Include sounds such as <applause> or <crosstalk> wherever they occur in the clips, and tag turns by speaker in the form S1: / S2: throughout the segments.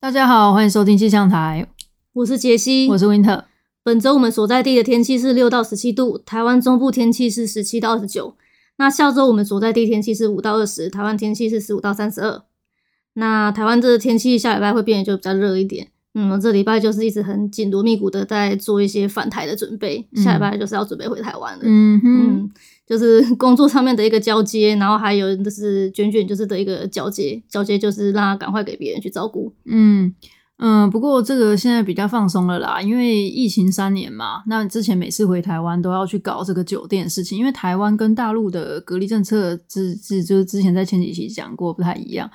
S1: 大家好，欢迎收听气象台，
S2: 我是杰西，
S1: 我是 Winter。
S2: 本周我们所在地的天气是六到十七度，台湾中部天气是十七到二十九。那下周我们所在地天气是五到二十，台湾天气是十五到三十二。那台湾这个天气下礼拜会变得就比较热一点。嗯，我这礼拜就是一直很紧锣密鼓的在做一些返台的准备，
S1: 嗯
S2: 下礼拜就是要准备回台湾了。
S1: 嗯哼，
S2: 嗯，就是 <laughs> 工作上面的一个交接，然后还有就是卷卷就是的一个交接，交接就是让他赶快给别人去照顾。
S1: 嗯嗯，不过这个现在比较放松了啦，因为疫情三年嘛，那之前每次回台湾都要去搞这个酒店的事情，因为台湾跟大陆的隔离政策之之就是之前在前几期讲过不太一样。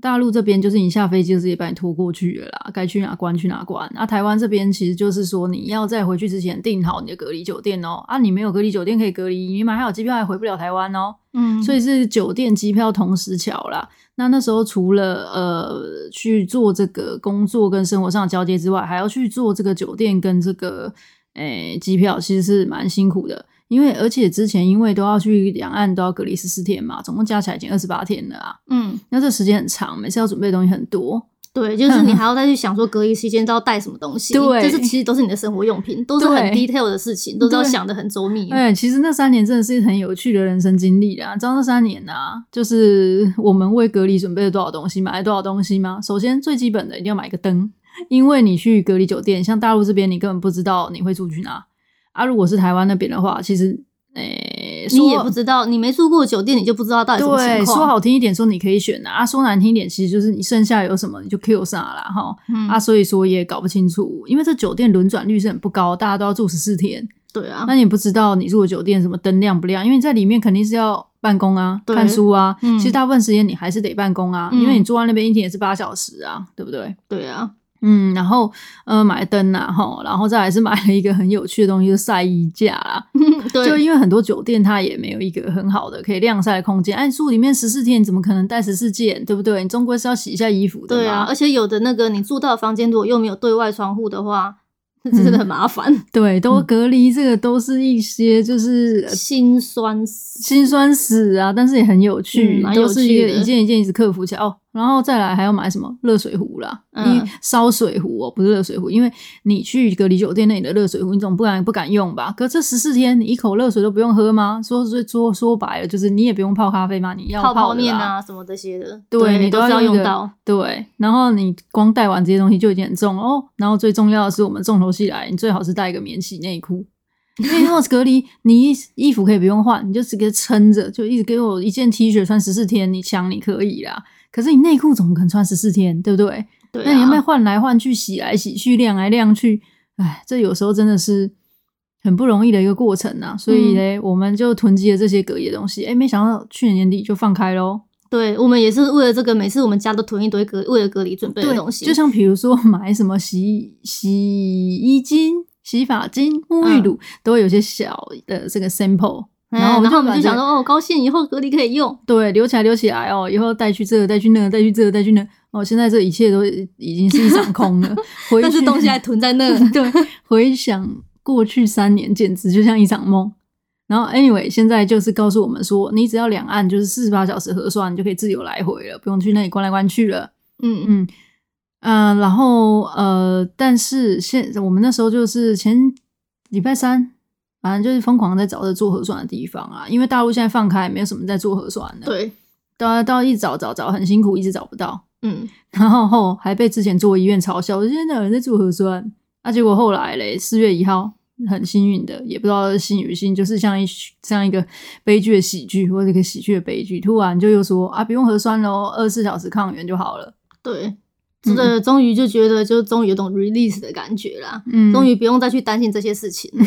S1: 大陆这边就是你下飞机就直接把你拖过去了啦，该去哪关去哪关。啊，台湾这边其实就是说你要在回去之前订好你的隔离酒店哦，啊，你没有隔离酒店可以隔离，你买好机票还回不了台湾哦。
S2: 嗯
S1: 所以是酒店、机票同时瞧啦。那那时候除了呃去做这个工作跟生活上的交接之外，还要去做这个酒店跟这个诶机、票，其实是蛮辛苦的。因为而且之前因为都要去两岸都要隔离十四天嘛，总共加起来已经二十八天了啊。
S2: 嗯，
S1: 那这时间很长，每次要准备的东西很多，
S2: 对，就是你还要再去想说隔离期间都要带什么东
S1: 嗯
S2: 西，
S1: 对
S2: 就是其实都是你的生活用品，都是很
S1: 对
S2: detail 的事情，都是要想的很周密。
S1: 哎、其实那三年真的是很有趣的人生经历啦。你知道那三年啊，就是我们为隔离准备了多少东西，买了多少东西吗？首先最基本的一定要买一个灯，因为你去隔离酒店，像大陆这边你根本不知道你会住去哪啊。如果是台湾那边的话，其实诶、
S2: 你
S1: 说
S2: 也不知道，你没住过酒店，你就不知道到底什么
S1: 对，
S2: 情
S1: 说
S2: 况。
S1: 好听一点说你可以选啊，啊说难听一点其实就是你剩下有什么你就 Q 啥啦哈、
S2: 嗯
S1: 啊，所以说也搞不清楚，因为这酒店轮转率是很不高，大家都要住十四天。
S2: 对啊，
S1: 那你也不知道你住的酒店什么灯亮不亮，因为你在里面肯定是要办公啊、
S2: 对
S1: 看书啊。
S2: 嗯
S1: 其实大部分时间你还是得办公啊，
S2: 嗯
S1: 因为你坐在那边一天也是八小时啊，对不对？
S2: 对啊，
S1: 嗯，然后呃买灯啊，吼，然后再来是买了一个很有趣的东西，就是晒衣架啦。 <laughs> 就
S2: 对，
S1: 因为很多酒店它也没有一个很好的可以晾晒的空间，哎，住里面十四天，你怎么可能带十四件，对不对？你终归是要洗一下衣服的嘛。
S2: 对啊，而且有的那个你住到的房间如果又没有对外窗户的话，那真的很麻烦，
S1: 对，都
S2: 嗯
S1: 隔离，这个都是一些就是呃
S2: 心酸死。
S1: 心酸死啊，但是也很有趣，
S2: 嗯蛮
S1: 都
S2: 有
S1: 是
S2: 趣
S1: 一个
S2: 的
S1: 一件一件一直克服起来哦。然后再来还要买什么热水壶啦，
S2: 嗯
S1: 因为烧水壶哦，不是热水壶，因为你去隔离酒店那里的热水壶，你总不敢不敢用吧？可这十四天你一口热水都不用喝吗？说说说说白了，就是你也不用泡咖啡嘛， <laughs> 你要
S2: 泡
S1: 泡
S2: 泡
S1: 的
S2: 面
S1: 啦。
S2: 啊，什么这些的，
S1: 对你
S2: 你都
S1: 都
S2: 是
S1: 要
S2: 要
S1: 用
S2: 用
S1: 的
S2: 到。
S1: 对，然后你光带完这些东西就已经很重了哦。然后最重要的是，我们重头戏来，你最好是带一个免洗内裤，因为如果是隔离，你衣衣服可以不用换，你就直接撑着，就一直给我一件 T 恤穿十四天，你抢你可以啦。可是你内裤怎么可能穿十四天，对不对？
S2: 对啊，
S1: 那你有没有换来换去、洗来洗去、晾来晾去？哎，这有时候真的是很不容易的一个过程啊。所
S2: 嗯
S1: 以呢，我们就囤积了这些隔夜的东西。哎，没想到去年年底就放开喽。
S2: 对我们也是为了这个，每次我们家都囤一堆隔为了隔离准备的东西，
S1: 就像比如说买什么洗洗衣精、洗发精、沐
S2: 嗯
S1: 浴乳，都会有些小的这个 sample，、
S2: 哎
S1: 然后我们就
S2: 然后我们
S1: 把
S2: 就
S1: 这
S2: 想说，哦，高兴以后隔离可以用。
S1: 对，留起来留起来哦，以后带去这个带去那个带去这个带去那个哦，现在这一切都已经是一场空
S2: <laughs>
S1: 了，回去
S2: 但是东西还囤在那
S1: <laughs>
S2: <laughs>
S1: 对，回想过去三年，简直就像一场梦。然后，anyway，现在就是告诉我们说，你只要两岸就是四十八小时核酸，你就可以自由来回了，不用去那里关来关去了。
S2: 嗯嗯
S1: 嗯嗯，然后呃，但是现我们那时候就是前礼拜三，反正就是疯狂地在找着做核酸的地方啊，因为大陆现在放开，没有什么在做核酸的，，
S2: 对，
S1: 到到一直找找找，很辛苦，一直找不到， <laughs>
S2: 嗯，
S1: 然后后还被之前做医院嘲笑，我说现在哪有人在做核酸？啊，结果后来嘞，四月一号。很幸运的，也不知道是幸与幸，就是像一像一个悲剧的喜剧，或者一个喜剧的悲剧，突然就又说啊，不用核酸喽，二十四小时抗原就好了。
S2: 对，真的终于就觉得，就终于有种 release 的感觉啦，
S1: 嗯，
S2: 终于不用再去担心这些事情了，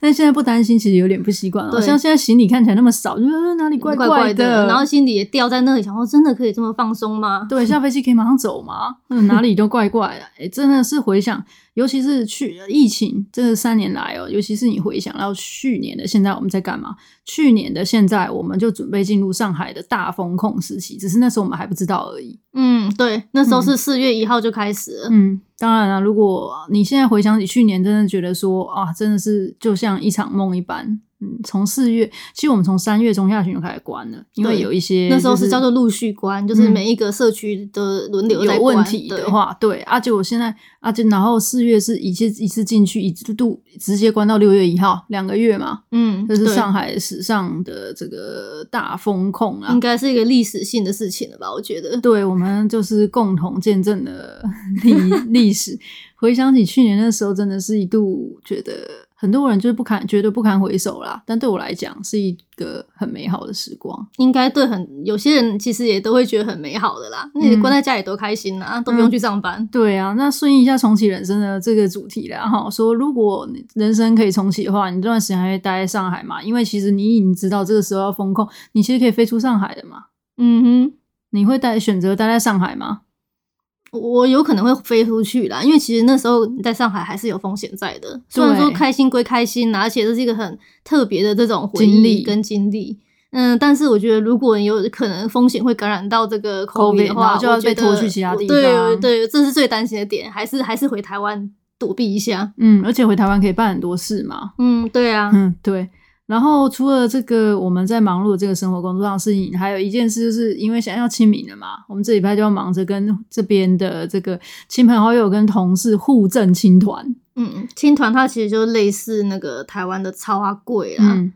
S1: 但现在不担心，其实有点不习惯了。
S2: 对
S1: 像现在行李看起来那么少，就觉得呃哪里怪
S2: <laughs> 怪
S1: 怪
S2: 的，然后
S1: 后
S2: 心里也吊在那里，想说真的可以这么放松 <laughs> 吗？
S1: 对，下飞机可以马上走
S2: <laughs>
S1: 吗？嗯，哪里都怪怪的。哎、真的是回想，尤其是去呃疫情这三年来哦，尤其是你回想到去年的现在我们在干嘛？去年的现在我们就准备进入上海的大风控时期，只是那时候我们还不知道而已。
S2: 嗯，对，那时候是四月一号就开始了，
S1: 嗯，当然了、如果你现在回想起去年，真的觉得说啊，真的是就像一场梦一般。嗯，从四月，其实我们从三月中下旬就开始关了，因为
S2: 对
S1: 有一些、
S2: 那时候是叫做陆续关，就是
S1: 嗯
S2: 每一个社区的轮流在
S1: 有
S2: 关
S1: 问题
S2: 对
S1: 的话，对，而且我现在，而且然后四月是一次一次进去，一度直接关到六月一号，两个月嘛，
S2: 嗯，
S1: 这是
S2: 对
S1: 上海史上的这个大风控啊
S2: 应。该是一个历史性的事情了吧？我觉 <laughs> 得，
S1: 对，我们就是共同见证了 <laughs> 历历史。回想起去年那时候，真的是一度觉得很多人就是不堪，觉得不堪回首啦。但对我来讲，是一个很美好的时光。
S2: 应该对很有些人其实也都会觉得很美好的啦。那你
S1: 嗯
S2: 关在家里多开心啊，都不用
S1: 嗯
S2: 去上班。
S1: 对啊，那顺应一下重启人生的这个主题啦，哈，说如果你人生可以重启的话，你这段时间还会待在上海嘛？因为其实你已经知道这个时候要封控，你其实可以飞出上海的嘛。
S2: 嗯
S1: 你会待选择待在上海吗？
S2: 哼，我有可能会飞出去啦，因为其实那时候你在上海还是有风险在的。虽然说
S1: 对
S2: 开心归开心啊啦，而且这是一个很特别的这种回忆
S1: 经历
S2: 跟经历。嗯，但是我觉得，如果你有可能风险会感染到这个
S1: COVID，
S2: COVID 的话，
S1: 然后就要
S2: 我觉
S1: 被
S2: 得
S1: 拖去其他
S2: 我
S1: 地
S2: 对
S1: 方啊
S2: 对，这是最担心的点，还是还是回台湾躲避一下。
S1: 嗯，而且回台湾可以办很多事嘛。
S2: 嗯，对啊，
S1: 嗯，对。然后除了这个我们在忙碌的这个生活工作上的事情，还有一件事，就是因为想要清明了嘛，我们这礼拜就要忙着跟这边的这个亲朋好友跟同事互赠青团。
S2: 嗯，青团它其实就类似那个台湾的超阿贵啦，
S1: 嗯，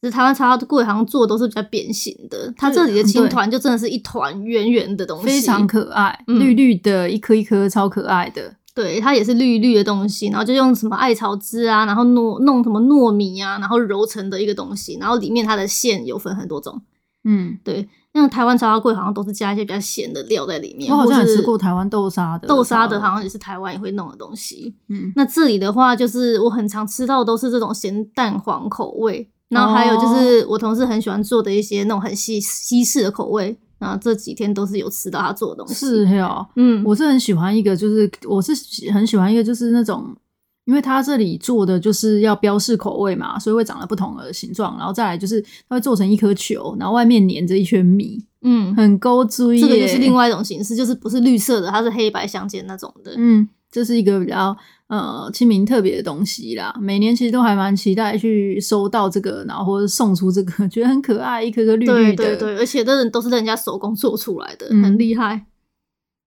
S2: 只是台湾超阿贵好像做的都是比较扁形的，它这里的青团就真的是一团圆圆的东西，
S1: 啊非常可爱，
S2: 嗯
S1: 绿绿的，一颗一颗超可爱的。
S2: 对，它也是绿绿的东西，然后就用什么艾草汁啊，然后糯弄什么糯米啊，然后揉成的一个东西，然后里面它的馅有分很多种，
S1: 嗯，
S2: 对，那台湾超阿贵好像都是加一些比较咸的料在里面，
S1: 我好像
S2: 或
S1: 也
S2: 是
S1: 吃过台湾豆沙的，
S2: 豆沙的，好像也是台湾也会弄的东西，
S1: 嗯，
S2: 那这里的话，就是我很常吃到都是这种咸蛋黄口味，然后还有
S1: 哦
S2: 就是我同事很喜欢做的一些那种很西西式的口味，然后这几天都是有吃到他做的东西。
S1: 是，哦。
S2: 嗯，
S1: 我是很喜欢一个，就是我是喜很喜欢一个，就是那种，因为它这里做的就是要标示口味嘛，所以会长得不同的形状，然后再来就是它会做成一颗球，然后外面粘着一圈米，
S2: 嗯，
S1: 很勾追耶。
S2: 这个就是另外一种形式，就是不是绿色的，它是黑白相间那种的。
S1: <laughs> 嗯，这是一个比较呃清明特别的东西啦。每年其实都还蛮期待去收到这个，然后或者送出这个， <laughs> 觉得很可爱，一颗颗绿
S2: 对
S1: 绿的。
S2: 对对，而且这都是人家手工做出来的，
S1: 嗯
S2: 很厉害。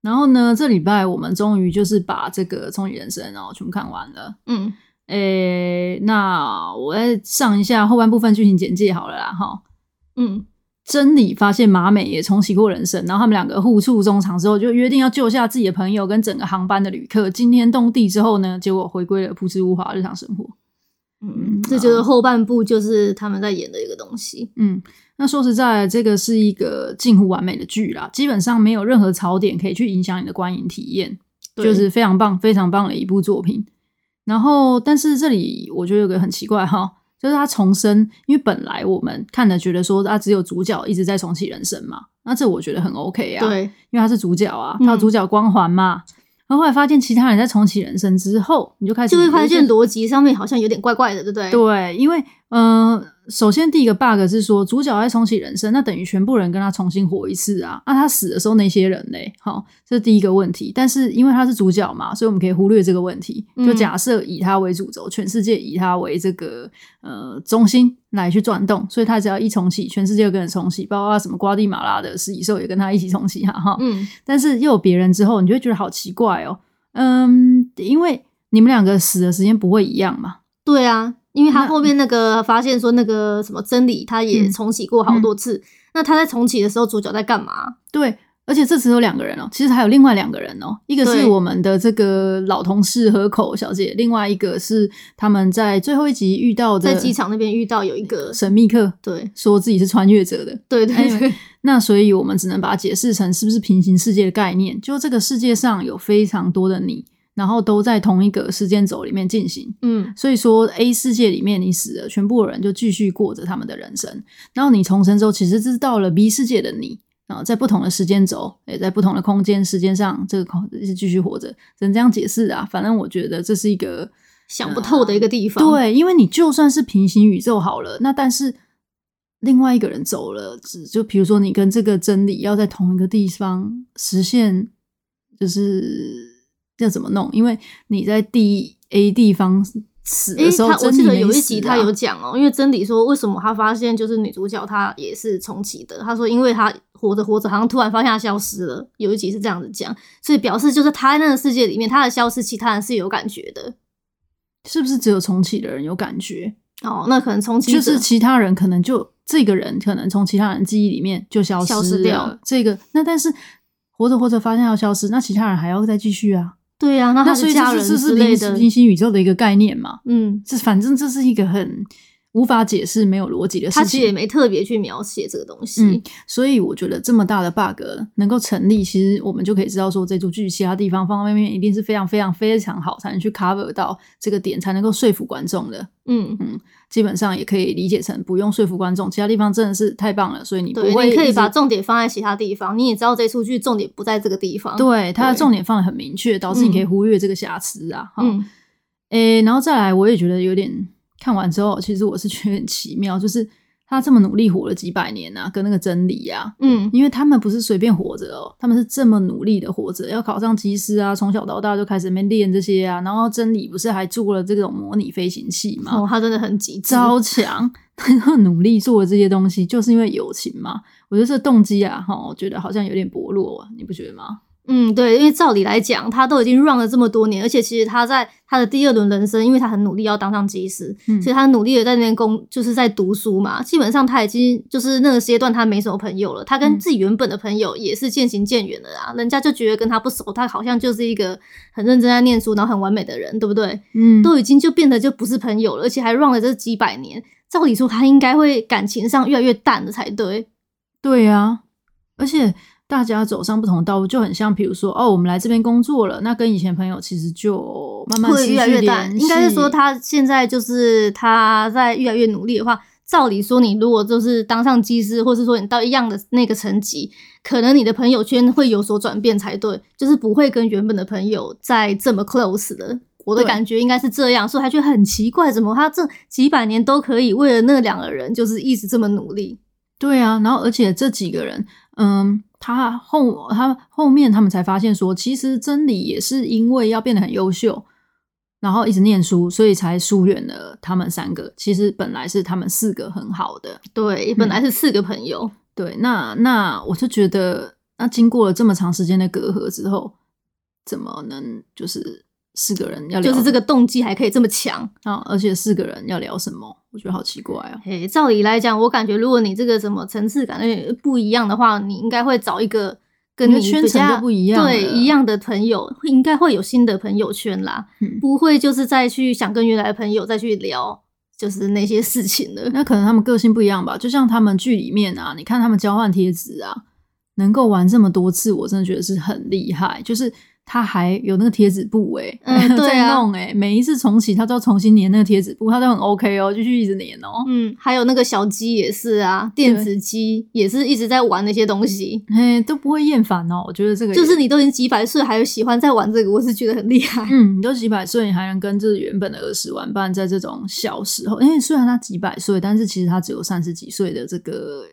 S1: 然后呢，这礼拜我们终于就是把这个《重启人生》然后全部看完了。
S2: 嗯，
S1: 诶、那我再上一下后半部分剧情简介好了啦，哈。
S2: 嗯，
S1: 真理发现马美也重启过人生，然后他们两个互诉衷肠之后，就约定要救下自己的朋友跟整个航班的旅客。惊天动地之后呢，结果回归了朴实无华的日常生活。
S2: 嗯，这就是后半部，就是他们在演的一个东西。
S1: 嗯，那说实在，这个是一个近乎完美的剧啦，基本上没有任何槽点可以去影响你的观影体验，
S2: 对
S1: 就是非常棒、非常棒的一部作品。然后，但是这里我觉得有个很奇怪哈，就是它重生，因为本来我们看的觉得说啊，只有主角一直在重启人生嘛，那这我觉得很 OK 啊，，
S2: 对，
S1: 因为他是主角啊，
S2: 嗯
S1: 他有主角光环嘛。然后后来发现其他人在重启人生之后，你就开始
S2: 就会
S1: 有
S2: 发
S1: 一些
S2: 现逻辑上面好像有点怪怪的，对不对？
S1: 对，因为嗯、呃首先第一个 bug 是说主角在重启人生，那等于全部人跟他重新活一次啊。那、他死的时候那些人嘞，好，这是第一个问题。但是因为他是主角嘛，所以我们可以忽略这个问题。就
S2: 嗯
S1: 假设以他为主轴，全世界以他为这个呃中心来去转动，所以他只要一重启，全世界就跟着重启，包括什么瓜地马拉的食蚁兽也跟他一起重启哈、啊哈。
S2: 嗯，
S1: 但是又有别人之后，你就会觉得好奇怪哦。嗯，因为你们两个死的时间不会一样嘛。
S2: 对啊，因为他
S1: 那
S2: 后面那个发现说那个什么真理，他也
S1: 嗯
S2: 重启过好多次。那他在重启的时候，主角在干嘛？
S1: 对，而且这次有两个人哦，其实还有另外两个人哦，一个
S2: 对
S1: 是我们的这个老同事河口小姐，另外一个是他们在最后一集遇到的
S2: 在机场那边遇到有一个，
S1: 神秘客，
S2: 对
S1: 说自己是穿越者的。
S2: 对对对，
S1: 那所以我们只能把它解释成是不是平行世界的概念，就这个世界上有非常多的你，然后都在同一个时间轴里面进行。
S2: 嗯
S1: 所以说，A 世界里面你死了，全部人就继续过着他们的人生。然后你重生之后，其实这是到了 B 世界的你啊，在不同的时间轴，也在不同的空间时间上，这个空是继续活着，只能这样解释啊。反正我觉得这是一个
S2: 想不透的一个地方。，
S1: 对，因为你就算是平行宇宙好了，那但是另外一个人走了，只就比如说你跟这个真理要在同一个地方实现，就是要怎么弄？因为你在第 A 地方死
S2: 诶，
S1: 的时候，
S2: 他我
S1: 珍
S2: 记
S1: 妮
S2: 得
S1: 没
S2: 有一
S1: 死
S2: 集
S1: 啊
S2: 他有讲哦，因为真理说为什么他发现就是女主角她也是重启的，他说因为她活着活着好像突然发现她消失了，有一集是这样子讲，所以表示就是她在那个世界里面她的消失，其他人是有感觉的
S1: 是不是只有重启的人有感觉？
S2: 哦，那可能重启
S1: 就
S2: 者
S1: 是其他人可能就这个人可能从其他人记忆里面就消
S2: 消
S1: 失
S2: 失掉
S1: 了这个那但是活着活着发现要消失，那其他人还要再继续啊。
S2: 对呀、啊，那
S1: 那
S2: 她
S1: 所
S2: 的
S1: 以这
S2: 家人
S1: 是这
S2: 之
S1: 是
S2: 类
S1: 平
S2: 的，
S1: 平行宇宙的一个概念嘛？
S2: 嗯，
S1: 这反正这是一个很无法解释、没有逻辑的事
S2: 他
S1: 情。
S2: 其实也没特别去描写这个东西，
S1: 嗯所以我觉得这么大的 bug 能够成立，其实我们就可以知道说，这出剧其他地方方方面面一定是非常非常非常好，才能去 cover 到这个点，才能够说服观众的。
S2: 嗯
S1: 基本上也可以理解成不用说服观众，其他地方真的是太棒了，所以你不
S2: 对，
S1: 会
S2: 你可
S1: 一
S2: 以
S1: 直
S2: 把重点放在其他地方，你也知道这出剧重点不在这个地方，，
S1: 对它的
S2: 对
S1: 重点放的很明确，导致你可以
S2: 嗯
S1: 忽略这个瑕疵啊。哈、
S2: 嗯
S1: 诶，然后再来，我也觉得有点看完之后，其实我是觉得很奇妙，就是他这么努力活了几百年啊，跟那个真理啊，
S2: 嗯
S1: 因为他们不是随便活着哦，他们是这么努力的活着，要考上技师啊，从小到大就开始在那边练这些啊，然后真理不是还做了这种模拟飞行器吗？
S2: 哦，他真的很极致，
S1: 超强，他后努力做的这些东西，就是因为友情嘛。我觉得这动机啊，哈，我觉得好像有点薄弱啊，你不觉得吗？
S2: 嗯，对，因为照理来讲，他都已经 run 了这么多年，而且其实他在他的第二轮人生，因为他很努力要当上技师，
S1: 嗯
S2: 所以他努力的在那边工，就是在读书嘛。基本上他已经就是那个阶段，他没什么朋友了，他
S1: 嗯
S2: 跟自己原本的朋友也是渐行渐远的啦。人家就觉得跟他不熟，他好像就是一个很认真在念书，然后很完美的人，对不对？
S1: 嗯
S2: 都已经就变得就不是朋友了，而且还 run 了这几百年。照理说，他应该会感情上越来越淡了才对。
S1: 对啊，而且大家走上不同的道路，就很像，比如说，哦，我们来这边工作了，那跟以前朋友其实就慢慢失
S2: 会
S1: 去
S2: 越来越
S1: 联
S2: 淡。
S1: 系
S2: 应该是说，他现在就是他在越来越努力的话，照理说，你如果就是当上技师，或是说你到一样的那个层级，可能你的朋友圈会有所转变才对，就是不会跟原本的朋友再这么 close 的。我的
S1: 对
S2: 感觉应该是这样，所以他觉得很奇怪，怎么他这几百年都可以为了那两个人，就是一直这么努力。
S1: 对啊，然后而且这几个人，嗯，他后他后面他们才发现说，其实真理也是因为要变得很优秀，然后一直念书，所以才疏远了他们三个。其实本来是他们四个很好的，
S2: 对，本
S1: 嗯
S2: 来是四个朋友，
S1: 对。那那我就觉得，那经过了这么长时间的隔阂之后，怎么能就是四个人要聊
S2: 就是这个动机还可以这么强。
S1: 啊？而且四个人要聊什么？我觉得好奇怪哦。
S2: 诶，照理来讲，我感觉如果你这个什么层次感呃不一样的话，你应该会找一个跟
S1: 你的
S2: 比
S1: 圈层
S2: 较
S1: 就不一样
S2: 对
S1: 了
S2: 一样的朋友，会应该会有新的朋友圈啦，
S1: 嗯
S2: 不会就是再去想跟原来的朋友再去聊就是那些事情了。
S1: 那可能他们个性不一样吧，就像他们剧里面啊，你看他们交换贴纸啊，能够玩这么多次，我真的觉得是很厉害。就是他还有那个贴纸布哎、欸，
S2: 嗯
S1: <laughs>
S2: 对
S1: 在
S2: 啊
S1: 弄哎、每一次重启他都要重新粘那个贴纸布，他都很 OK 哦，继续一直粘哦。
S2: 嗯，还有那个小鸡也是啊，电子鸡也是一直在玩那些东西，
S1: 嘿，都不会厌烦哦，我觉得这个也
S2: 就是你都已经几百岁，还有喜欢在玩这个，我是觉得很厉害。
S1: 嗯，你都几百岁，你还能跟这原本的儿时玩伴，在这种小时候，因为虽然他几百岁，但是其实他只有三十几岁的这个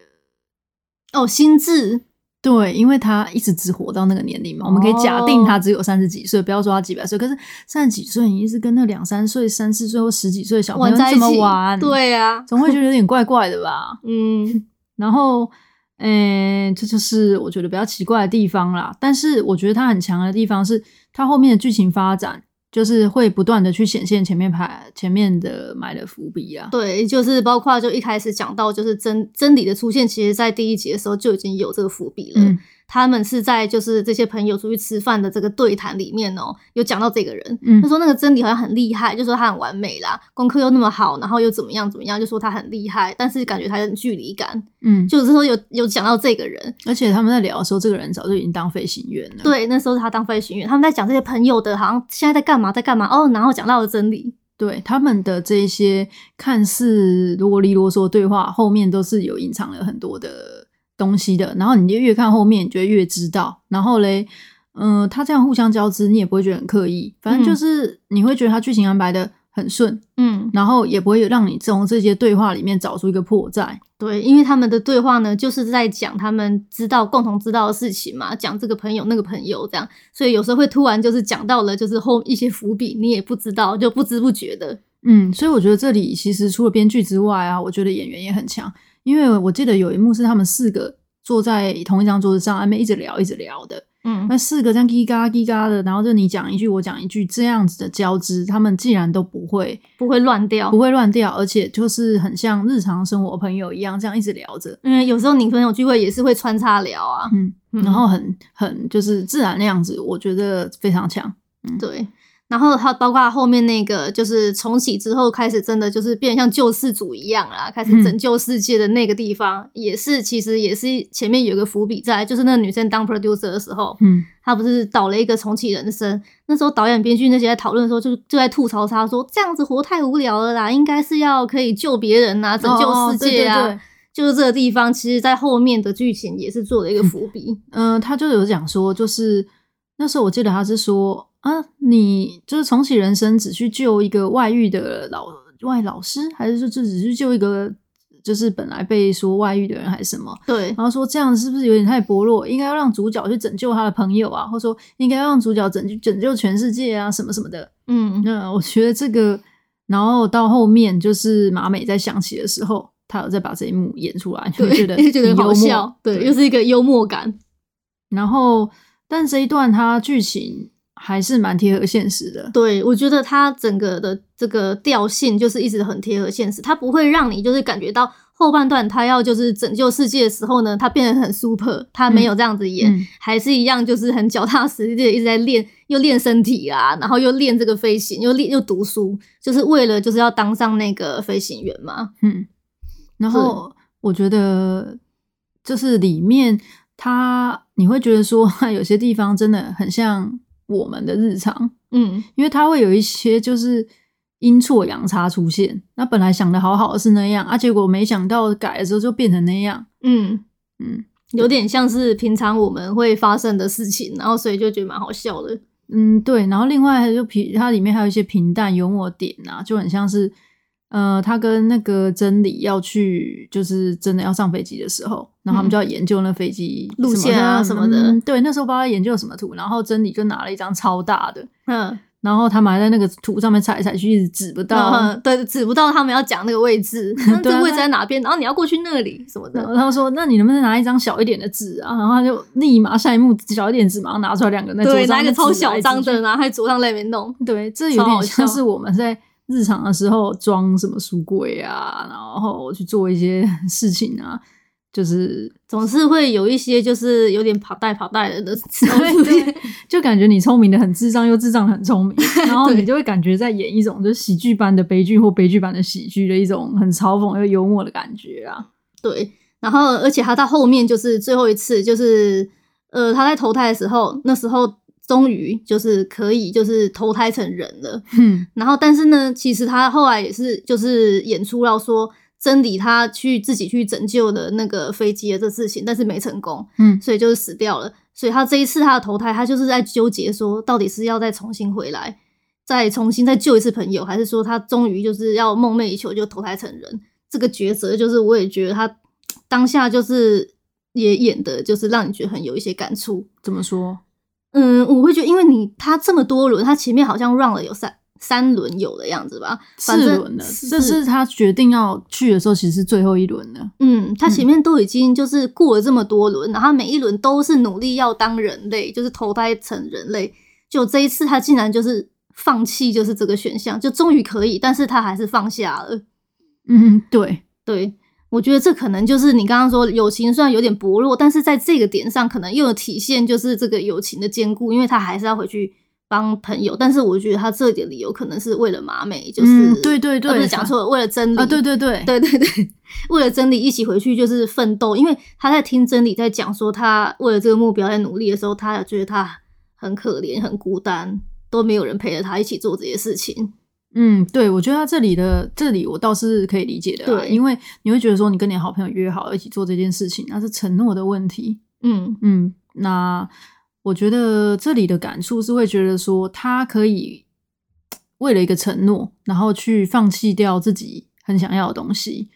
S2: 哦，心智
S1: 对，因为他一直只活到那个年龄嘛，我们可以假定
S2: 哦
S1: 他只有三十几岁，不要说他几百岁。可是三十几岁，你一直跟那两三岁、三四岁或十几岁的小朋
S2: 玩
S1: 友
S2: 在一
S1: 怎么
S2: 起，
S1: 玩？，
S2: 对啊，
S1: 总会觉得有点怪怪的吧。
S2: 嗯。
S1: 然后，嗯，这就是我觉得比较奇怪的地方啦。但是我觉得它很强的地方是，它后面的剧情发展就是会不断的去显现前面排前面的埋的伏笔啊。
S2: 对，就是包括就一开始讲到，就是真真理的出现，其实在第一集的时候就已经有这个伏笔了。
S1: 嗯
S2: 他们是在就是这些朋友出去吃饭的这个对谈里面哦、有讲到这个人，
S1: 嗯
S2: 他说那个真理好像很厉害，就说他很完美啦，功课又那么好，然后又怎么样怎么样，就说他很厉害，但是感觉他有距离感，
S1: 嗯，
S2: 就是说有有讲到这个人，
S1: 而且他们在聊的时候，这个人早就已经当飞行员了。
S2: 对，那时候他当飞行员，他们在讲这些朋友的，好像现在在干嘛在干嘛哦，然后讲到了真理，
S1: 对他们的这一些看似啰里啰嗦的对话，后面都是有隐藏了很多的东西的。然后你就越看后面，你就会越知道。然后嘞，嗯、他这样互相交织，你也不会觉得很刻意，反正就
S2: 嗯
S1: 是你会觉得他剧情安排的很顺，
S2: 嗯，
S1: 然后也不会让你从这些对话里面找出一个破绽。
S2: 对，因为他们的对话呢，就是在讲他们知道共同知道的事情嘛，讲这个朋友那个朋友这样，所以有时候会突然就是讲到了，就是后一些伏笔，你也不知道，就不知不觉的。
S1: 嗯，所以我觉得这里其实除了编剧之外啊，我觉得演员也很强，因为我记得有一幕是他们四个坐在同一张桌子上，他们一直聊一直聊的，
S2: 嗯
S1: 那四个这样叽嘎叽嘎的，然后就你讲一句我讲一句这样子的交织，他们既然都不会
S2: 不会乱掉
S1: 不。会乱掉，而且就是很像日常生活朋友一样，这样一直聊着，
S2: 嗯，有时候你朋友聚会也是会穿插聊啊，
S1: 嗯，
S2: 嗯
S1: 然后很很就是自然那样子，我觉得非常强。
S2: 对。然后还有包括后面那个，就是重启之后开始，真的就是变得像救世主一样啊啦，开始
S1: 嗯
S2: 拯救世界的那个地方，也是其实也是前面有一个伏笔在，就是那个女生当 producer 的时候，
S1: 嗯
S2: 她不是倒了一个重启人生？那时候导演、编剧那些在讨论的时候就，就在吐槽她说这样子活太无聊了啦，应该是要可以救别人
S1: 嗯
S2: 啊，拯救世界
S1: 哦
S2: 啊。
S1: 哦对对对
S2: 就是这个地方，其实在后面的剧情也是做了一个伏
S1: <laughs>
S2: 笔。
S1: 嗯、他就有讲说，就是那时候我记得他是说啊，你就是重启人生，只去救一个外遇的老外老师，还是就就只去救一个就是本来被说外遇的人，还是什么？
S2: 对
S1: 然后说这样是不是有点太薄弱？应该要让主角去拯救他的朋友啊，或者说应该要让主角拯救拯救全世界啊，什么什么的。
S2: 嗯，
S1: <laughs> 那我觉得这个，然后到后面就是马美在想起的时候，他有再把这一幕演出来，就
S2: 对， <laughs>
S1: 觉得
S2: 就觉得
S1: 很
S2: 好
S1: 幽默
S2: 笑，对，又是一个幽默感。
S1: 然后，但这一段它剧情还是蛮贴合现实的。
S2: 对我觉得它整个的这个调性就是一直很贴合现实，它不会让你就是感觉到后半段他要就是拯救世界的时候呢，他变得很 super，他没有这样子演，
S1: 嗯
S2: 还是一样就是很脚踏实地的一直在练，又练身体啊，然后又练这个飞行，又练又读书，就是为了就是要当上那个飞行员嘛。
S1: 嗯，然后我觉得就是里面它，你会觉得说 <laughs> 有些地方真的很像我们的日常，
S2: 嗯，
S1: 因为它会有一些就是阴错阳差出现。那本来想的好好的是那样啊，结果没想到改了之后就变成那样。
S2: 嗯，
S1: 嗯
S2: 有点像是平常我们会发生的事情，然后所以就觉得蛮好笑的。
S1: 嗯，对。然后另外还有就平，它里面还有一些平淡幽默点啊，就很像是呃，他跟那个真理要去，就是真的要上飞机的时候，然后他们就要研究那飞机
S2: 嗯路
S1: 什么
S2: 线啊
S1: 的
S2: 什么的
S1: 嗯对，那时候不知道在研究什么图，然后真理就拿了一张超大的。
S2: 嗯，
S1: 然后他们还在那个图上面踩来踩去，一直指不
S2: <laughs>
S1: 到。
S2: 然后对，指不到他们要讲那个位 <laughs> 置，那这
S1: 对啊
S2: 个位置在哪边，然后你要过去那里什么
S1: 然
S2: 的。
S1: 后他说：“那你能不能拿一张小一点的纸啊？”然后他就立马下一幕小一点纸，马上拿出来两个那
S2: <laughs> 对，拿
S1: 拿
S2: 一个超小张的，然后还桌上在那边弄。
S1: 对，这有
S2: 超好
S1: 点像
S2: 笑
S1: 是我们在日常的时候装什么书柜啊，然后去做一些事情啊，就是
S2: 总是会有一些就是有点跑带跑带的的时候出
S1: 对 <laughs>
S2: 现，
S1: 对就感觉你聪明的很智障，又智障的很聪明，然后
S2: <laughs> 对
S1: 你就会感觉在演一种就是喜剧般的悲剧或悲剧般的喜剧的一种很嘲讽又幽默的感觉啊。
S2: <laughs> 对，然后而且他到后面就是最后一次，就是呃他在投胎的时候，那时候终于就是可以就是投胎成人了。
S1: 哼，
S2: 然后但是呢，其实他后来也是就是演出到说真理他去自己去拯救的那个飞机的这事情，但是没成功，
S1: 嗯
S2: 所以就是死掉了。所以他这一次他的投胎，他就是在纠结说，到底是要再重新回来，再重新再救一次朋友，还是说他终于就是要梦寐以求就投胎成人？这个抉择就是我也觉得他当下就是也演的，就是让你觉得很有一些感触。
S1: 怎么说？
S2: 嗯，我会觉得，因为你他这么多轮，他前面好像 run 了有三三轮有的样子吧，反
S1: 四
S2: 正
S1: 轮的，
S2: 是
S1: 这是他决定要去的时候，其实是最后一轮的。
S2: 嗯，他前面都已经就是过了这么多轮，然后每一轮都是努力要当人类，就是投胎成人类，就这一次他竟然就是放弃，就是这个选项，就终于可以，但是他还是放下了。
S1: 嗯，对，
S2: 对，我觉得这可能就是你刚刚说友情虽然有点薄弱，但是在这个点上可能又有体现，就是这个友情的坚固，因为他还是要回去帮朋友。但是我觉得他这一点理由可能是为了马美，就是、
S1: 嗯对对对
S2: 呃不是讲错了，为了真理
S1: 啊，对对对，
S2: 对对对，为了真理一起回去就是奋斗，因为他在听真理在讲说他为了这个目标在努力的时候，他觉得他很可怜、很孤单，都没有人陪着他一起做这些事情。
S1: 嗯，对，我觉得他这里的这里我倒是可以理解的啦，
S2: 对
S1: 因为你会觉得说你跟你的好朋友约好一起做这件事情，那是承诺的问题。
S2: 嗯
S1: 嗯，那我觉得这里的感触是会觉得说他可以为了一个承诺，然后去放弃掉自己很想要的东西。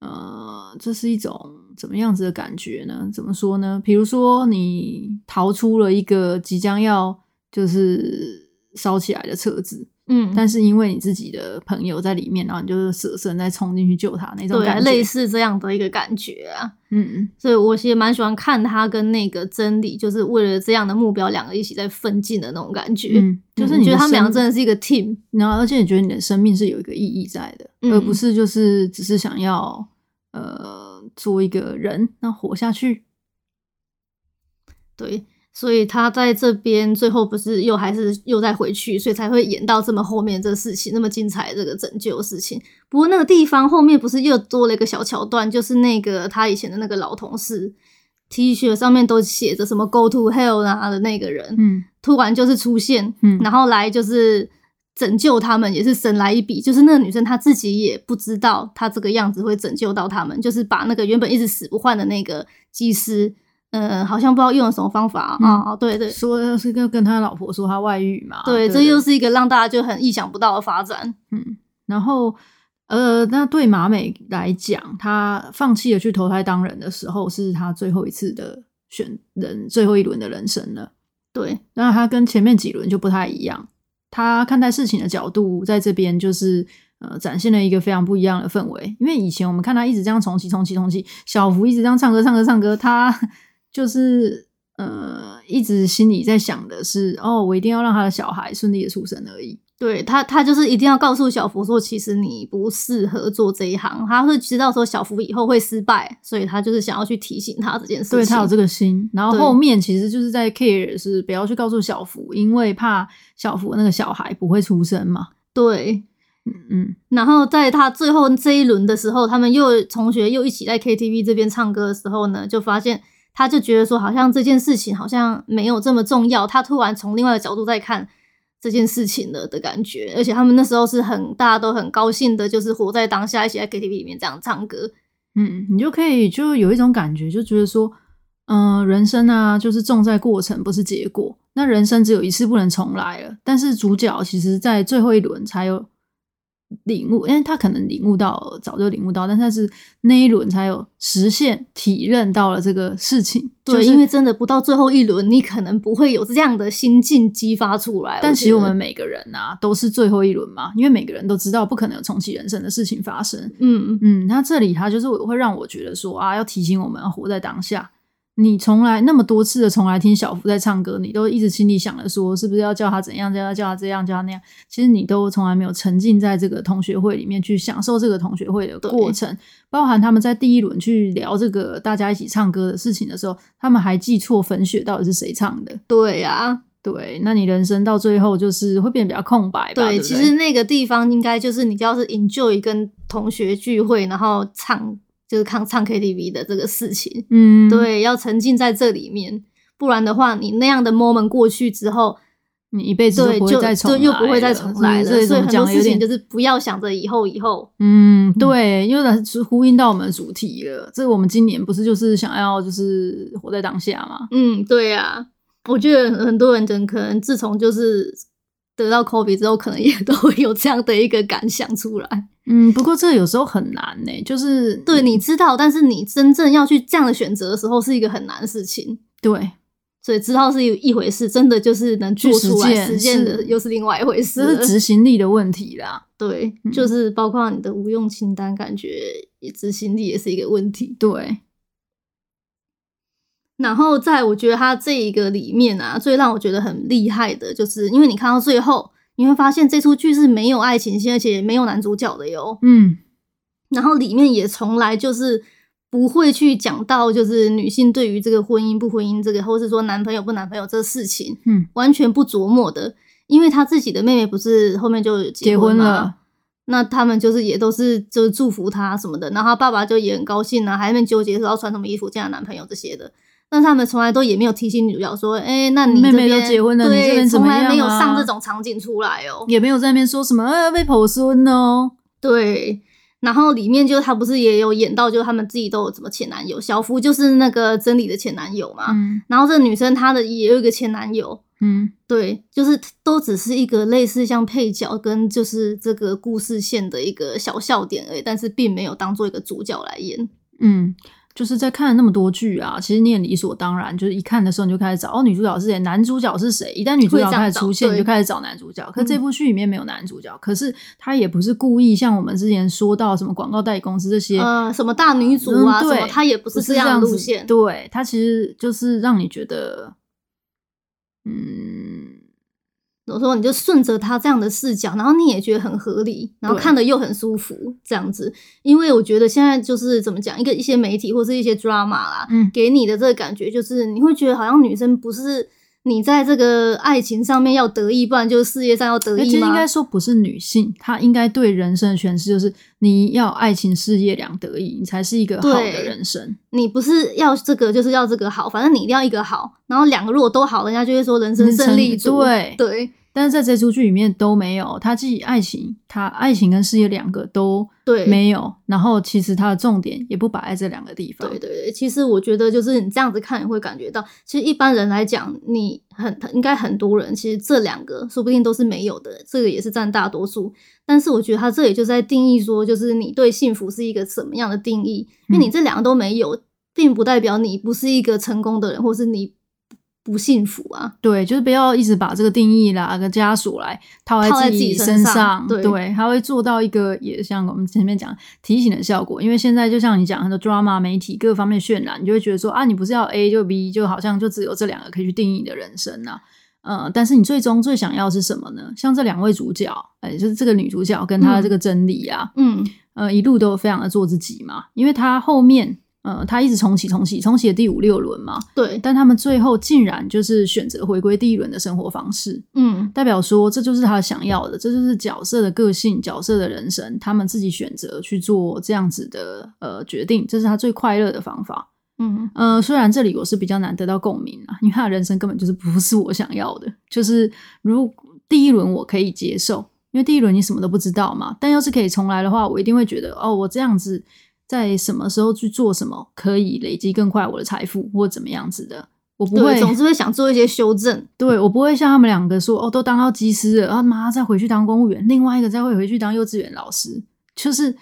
S1: 呃，这是一种怎么样子的感觉呢？怎么说呢？比如说你逃出了一个即将要就是烧起来的车子，
S2: 嗯，
S1: 但是因为你自己的朋友在里面，然后你就是舍身再冲进去救他那种
S2: 对啊，
S1: 感觉，
S2: 类似这样的一个感觉啊。
S1: 嗯
S2: 所以我其实蛮喜欢看他跟那个真理，就是为了这样的目标，两个一起在奋进的那种感觉。
S1: 嗯，就是你
S2: 觉
S1: 的
S2: 得他们两个
S1: 生
S2: 真的是一个 team。
S1: 然后而且你觉得你的生命是有一个意义在的，
S2: 嗯
S1: 而不是就是只是想要呃做一个人，那活下去。
S2: 对，所以他在这边最后不是又还是又再回去，所以才会演到这么后面这事情，那么精彩的这个拯救的事情。不过那个地方后面不是又多了一个小桥段，就是那个他以前的那个老同事 T 恤上面都写着什么 “Go to Hell” 啊的那个人，
S1: 嗯
S2: 突然就是出现，
S1: 嗯
S2: 然后来就是拯救他们，也是神来一笔。就是那个女生她自己也不知道，她这个样子会拯救到他们，就是把那个原本一直死不换的那个技师，呃，好像不知道用了什么方法
S1: 嗯
S2: 啊、哦对对
S1: 说呃是跟跟他老婆说他外遇嘛，
S2: 对，
S1: 对，
S2: 这又是一个让大家就很意想不到的发展。
S1: 嗯，然后呃，那对马美来讲，她放弃了去投胎当人的时候，是她最后一次的选人，最后一轮的人生了。
S2: 对，
S1: 那她跟前面几轮就不太一样，她看待事情的角度在这边就是。呃，展现了一个非常不一样的氛围。因为以前我们看她一直这样重启、重启、重启，小福一直这样唱歌、唱歌、唱歌，她就是呃，一直心里在想的是，哦，我一定要让她的小孩顺利的出生而已。
S2: 对他，他就是一定要告诉小福说，其实你不适合做这一行。他会知道说小福以后会失败，所以他就是想要去提醒他这件事情。
S1: 对他有这个心，然后
S2: 对
S1: 后面其实就是在 care 是不要去告诉小福，因为怕小福那个小孩不会出生嘛。
S2: 对，
S1: 嗯嗯
S2: 然后在他最后这一轮的时候，他们又同学又一起在 KTV 这边唱歌的时候呢，就发现他就觉得说，好像这件事情好像没有这么重要。他突然从另外的角度在看这件事情了的感觉，而且他们那时候是很大家都很高兴的，就是活在当下，一起在 KTV 里面这样唱歌。
S1: 嗯，你就可以就有一种感觉，就觉得说，嗯、人生啊，就是重在过程，不是结果。那人生只有一次，不能重来了。但是主角其实在最后一轮才有领悟，因为他可能领悟到早就领悟到，但他是那一轮才有实现体认到了这个事情。
S2: 对，
S1: 就是
S2: 因为真的不到最后一轮，你可能不会有这样的心境激发出来。
S1: 但
S2: 觉
S1: 其实我
S2: 得
S1: 们每个人啊，都是最后一轮嘛，因为每个人都知道不可能有重启人生的事情发生。
S2: 嗯，
S1: 嗯，那这里他就是会让我觉得说啊，要提醒我们要活在当下。你从来那么多次的从来听小福在唱歌，你都一直心里想着说是不是要叫他怎样，叫他叫他这样，叫他那样。其实你都从来没有沉浸在这个同学会里面去享受这个同学会的过程，包含他们在第一轮去聊这个大家一起唱歌的事情的时候，他们还记错粉雪到底是谁唱的。
S2: 对啊，
S1: 对，那你人生到最后就是会变得比较空白吧？对不对，
S2: 其实那个地方应该就是你要是 enjoy 跟同学聚会，然后唱就是唱唱 KTV 的这个事情，
S1: 嗯，，
S2: 对，要沉浸在这里面，不然的话，你那样的 moment 过去之后，
S1: 你一辈子都
S2: 对，
S1: 不
S2: 就
S1: 会再重
S2: 就
S1: 来了，嗯
S2: 又不会再重来了，
S1: 所以
S2: 所以很
S1: 讲
S2: 多
S1: 的有
S2: 事
S1: 点
S2: 情就是不要想着以后以后，
S1: 嗯，对，因为是呼应到我们的主题了。这个我们今年不是就是想要就是活在当下嘛？
S2: 嗯，对啊，我觉得很多人可能自从就是。得到 COVID 之后，可能也都会有这样的一个感想出来。
S1: 嗯，不过这有时候很难呢、就是
S2: 对，你知道，但是你真正要去这样的选择的时候，是一个很难的事情。
S1: 对，
S2: 所以知道是有一回事，真的就是能做出
S1: 去实
S2: 来
S1: 践
S2: 实践的
S1: 是
S2: 又是另外一回事
S1: 这
S2: 了。
S1: 是执行力的问题啦。
S2: 对
S1: 嗯，
S2: 就是包括你的无用清单，感觉执行力也是一个问题。
S1: 对，
S2: 然后在我觉得他这一个里面啊，最让我觉得很厉害的，就是因为你看到最后，你会发现这出剧是没有爱情线，而且也没有男主角的哟。
S1: 嗯
S2: 然后里面也从来就是不会去讲到就是女性对于这个婚姻不婚姻这个，或是说男朋友不男朋友这事情，
S1: 嗯，
S2: 完全不琢磨的。因为她自己的妹妹不是后面就
S1: 结
S2: 婚
S1: 婚
S2: 嘛，
S1: 了，
S2: 那他们就是也都是就是祝福她什么的，然后她爸爸就也很高兴啊，还在那边纠结说要穿什么衣服见她男朋友这些的。但是他们从来都也没有提醒女主角说，哎、那你
S1: 妹妹
S2: 这边
S1: 都结婚了你这
S2: 对，
S1: 边怎
S2: 从
S1: 么样啊
S2: 来没有上这种场景出来哦、
S1: 也没有在那边说什么呃被婆孙哦，
S2: 对，然后里面就他不是也有演到，就是他们自己都有什么前男友，小夫就是那个真理的前男友嘛。
S1: 嗯
S2: 然后这女生她的也有一个前男友，
S1: 嗯
S2: 对，就是都只是一个类似像配角跟就是这个故事线的一个小笑点而已，但是并没有当做一个主角来演。
S1: 嗯，就是在看了那么多剧啊，其实你也理所当然，就是一看的时候你就开始找哦，女主角是谁，男主角是谁。一旦女主角开始出现，
S2: 会这样找对嗯
S1: 你就开始找男主角。可这部剧里面没有男主角，可是他也不是故意像我们之前说到什么广告代理公司这些，
S2: 呃，什么大女主啊，
S1: 嗯对
S2: 什么，她也不
S1: 不
S2: 是
S1: 是
S2: 这样的
S1: 子
S2: 路线。
S1: 对，它其实就是让你觉得，嗯，
S2: 我说你就顺着她这样的视角，然后你也觉得很合理，然后
S1: 对
S2: 看的又很舒服，这样子。因为我觉得现在就是怎么讲，一个一些媒体或是一些 drama 啦，
S1: 嗯
S2: 给你的这个感觉就是你会觉得好像女生不是。你在这个爱情上面要得意，不然就是事业上要得
S1: 而
S2: 意
S1: 且
S2: 吗？
S1: 哎应该说不是女性，她应该对人生的诠释就是你要爱情事业两得意，你才是一个好的
S2: 对
S1: 人生。
S2: 你不是要这个就是要这个好，反正你一定要一个好，然后两个如果都好，人家就会说人生
S1: 人
S2: 胜利
S1: 生
S2: 组。
S1: 对
S2: 对
S1: 但是在这出剧里面都没有，她既爱情，她爱情跟事业两个都
S2: 对
S1: 没有，然后其实她的重点也不摆在这两个地方。
S2: 对对对，其实我觉得就是你这样子看，你会感觉到，其实一般人来讲，你很应该很多人，其实这两个说不定都是没有的，这个也是占大多数。但是我觉得他这里就在定义说，就是你对幸福是一个什么样的定义，因为
S1: 嗯
S2: 你这两个都没有，并不代表你不是一个成功的人，或是你不不幸福啊。
S1: 对，就是不要一直把这个定义啦、跟枷锁来套
S2: 套在
S1: 在
S2: 自己身
S1: 身
S2: 上对
S1: 对，它会做到一个也像我们前面讲提醒的效果。因为现在就像你讲很多 drama 媒体各方面渲染，你就会觉得说啊，你不是要 A 就 B，就好像就只有这两个可以去定义你的人生呐、呃，但是你最终最想要的是什么呢？像这两位主角，哎、就是这个女主角跟她的这个真理啊，
S2: 嗯，
S1: 呃，一路都非常的做自己嘛，因为她后面。呃，她一直重启、重启、重启的第五六轮嘛，
S2: 对，
S1: 但他们最后竟然就是选择回归第一轮的生活方式，
S2: 嗯，
S1: 代表说这就是他想要的，这就是角色的个性、角色的人生，他们自己选择去做这样子的呃决定，这是他最快乐的方法。
S2: 嗯，
S1: 呃，虽然这里我是比较难得到共鸣啊，因为他的人生根本就是不是我想要的，就是如第一轮我可以接受。因为第一轮你什么都不知道嘛，但要是可以重来的话，我一定会觉得哦，我这样子在什么时候去做什么，可以累积更快我的财富或怎么样子的，我不会
S2: 对，总是会想做一些修正。
S1: 对我不会像他们两个说哦，都当到技师了，然后妈再回去当公务员，另外一个再会回去当幼稚园老师，就是，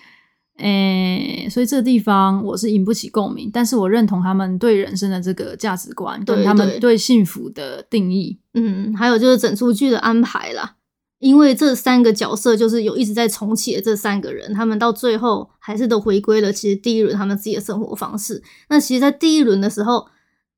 S1: 诶、所以这个地方我是引不起共鸣，但是我认同他们对人生的这个价值观，
S2: 对
S1: 跟他们
S2: 对
S1: 对幸福的定义。
S2: 嗯，还有就是整出剧的安排啦，因为这三个角色就是有一直在重启的这三个人，他们到最后还是都回归了其实第一轮他们自己的生活方式。那其实，在第一轮的时候，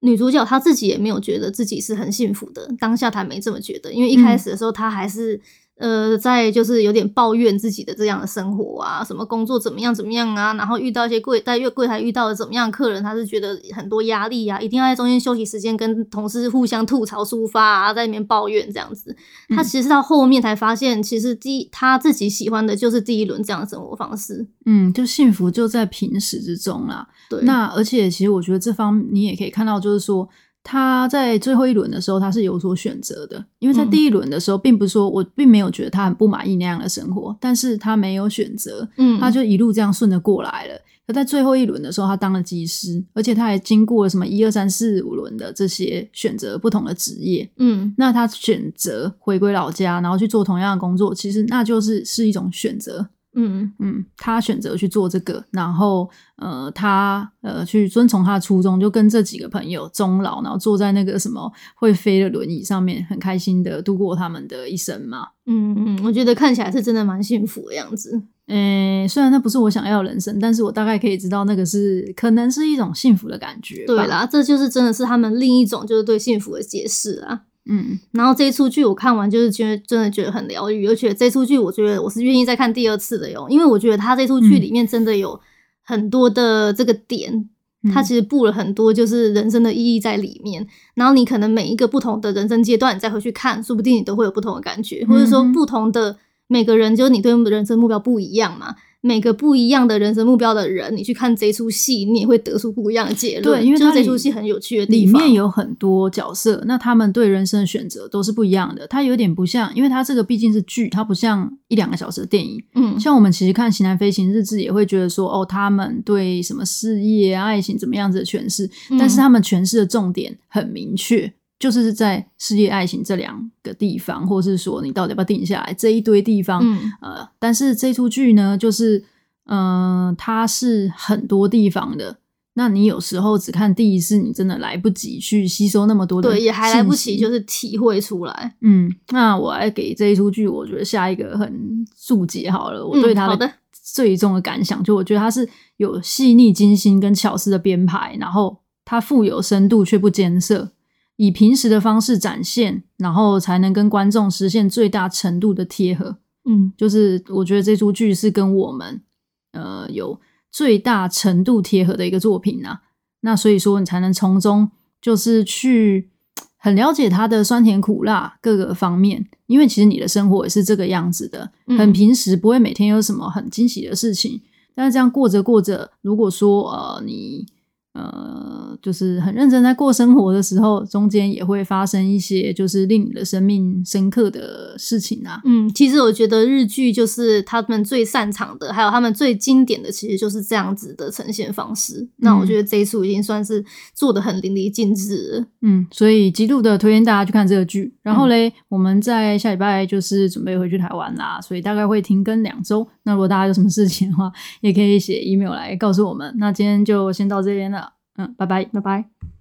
S2: 女主角她自己也没有觉得自己是很幸福的，当下她没这么觉得，因为一
S1: 嗯
S2: 开始的时候她还是。呃，在就是有点抱怨自己的这样的生活啊，什么工作怎么样怎么样啊，然后遇到一些柜在月柜台遇到的怎么样的客人，他是觉得很多压力啊，一定要在中间休息时间跟同事互相吐槽抒发啊，在里面抱怨这样子。他
S1: 嗯
S2: 其实到后面才发现，其实第一他自己喜欢的就是第一轮这样的生活方式。
S1: 嗯，就幸福就在平时之中啦。
S2: 对，
S1: 那而且其实我觉得这方你也可以看到，就是说他在最后一轮的时候他是有所选择的，因为在
S2: 嗯
S1: 第一轮的时候，并不是说我并没有觉得他很不满意那样的生活，但是他没有选择，
S2: 嗯，
S1: 他就一路这样顺着过来了。可在最后一轮的时候，他当了技师，而且他还经过了什么一二三四五轮的这些选择不同的职业。
S2: 嗯
S1: 那他选择回归老家，然后去做同样的工作，其实那就是是一种选择。
S2: 嗯
S1: 嗯，他选择去做这个，然后呃，他呃去遵从他的初衷，就跟这几个朋友终老，然后坐在那个什么会飞的轮椅上面，很开心的度过他们的一生嘛。
S2: 嗯嗯，我觉得看起来是真的蛮幸福的样子。
S1: 嗯，虽然那不是我想要的人生，但是我大概可以知道那个是可能是一种幸福的感觉。
S2: 对，啦，这就是真的是他们另一种就是对幸福的解释啊。
S1: 嗯，
S2: 然后这一出剧我看完就是觉得真的觉得很疗愈，而且这出剧我觉得我是愿意再看第二次的哟，因为我觉得他这出剧里面真的有很多的这个点，
S1: 嗯
S2: 他其实布了很多就是人生的意义在里面。然后你可能每一个不同的人生阶段，你再回去看，说不定你都会有不同的感觉，或者说
S1: 嗯哼
S2: 不同的每个人，就是你对人生目标不一样嘛。每个不一样的人生目标的人，你去看这出戏，你也会得出不一样的结论。
S1: 对，因为
S2: 就是
S1: 它
S2: 这
S1: 里
S2: 出戏很有趣的
S1: 里
S2: 地方，
S1: 面有很多角色，那他们对人生的选择都是不一样的。它有点不像，因为它这个毕竟是剧，它不像一两个小时的电影，
S2: 嗯
S1: 像我们其实看《型男飞行日志》也会觉得说，哦，他们对什么事业、啊、爱情怎么样子的诠释，但
S2: 嗯
S1: 是他们诠释的重点很明确，就是在事业、爱情这两个地方，或是说你到底要不要定下来这一堆地方。
S2: 嗯
S1: 呃，但是这出剧呢，就是，嗯、呃，它是很多地方的，那你有时候只看第一次，你真的来不及去吸收那么多的，
S2: 对，也还来不及就是体会出来。
S1: 嗯，那我来给这一出剧，我觉得下一个很注解好了，我对
S2: 嗯
S1: 它
S2: 好的
S1: 最终的感想，就我觉得它是有细腻、精心跟巧思的编排，然后它富有深度却不艰涩，以平时的方式展现，然后才能跟观众实现最大程度的贴合。
S2: 嗯，
S1: 就是我觉得这出剧是跟我们呃有最大程度贴合的一个作品啊。那所以说，你才能从中就是去很了解它的酸甜苦辣各个方面，因为其实你的生活也是这个样子的，
S2: 嗯
S1: 很平时，不会每天有什么很惊喜的事情。但是这样过着过着，如果说呃你呃就是很认真在过生活的时候，中间也会发生一些就是令你的生命深刻的事情啊。
S2: 嗯，其实我觉得日剧就是他们最擅长的，还有他们最经典的，其实就是这样子的呈现方式。那我觉得这一出已经算是做的很淋漓尽致了。
S1: 嗯，所以极度的推荐大家去看这个剧。然后嘞，我们在下礼拜就是准备回去台湾啦，所以大概会停更两周。那如果大家有什么事情的话，也可以写 email 来告诉我们。那今天就先到这边了，嗯，拜拜，拜拜。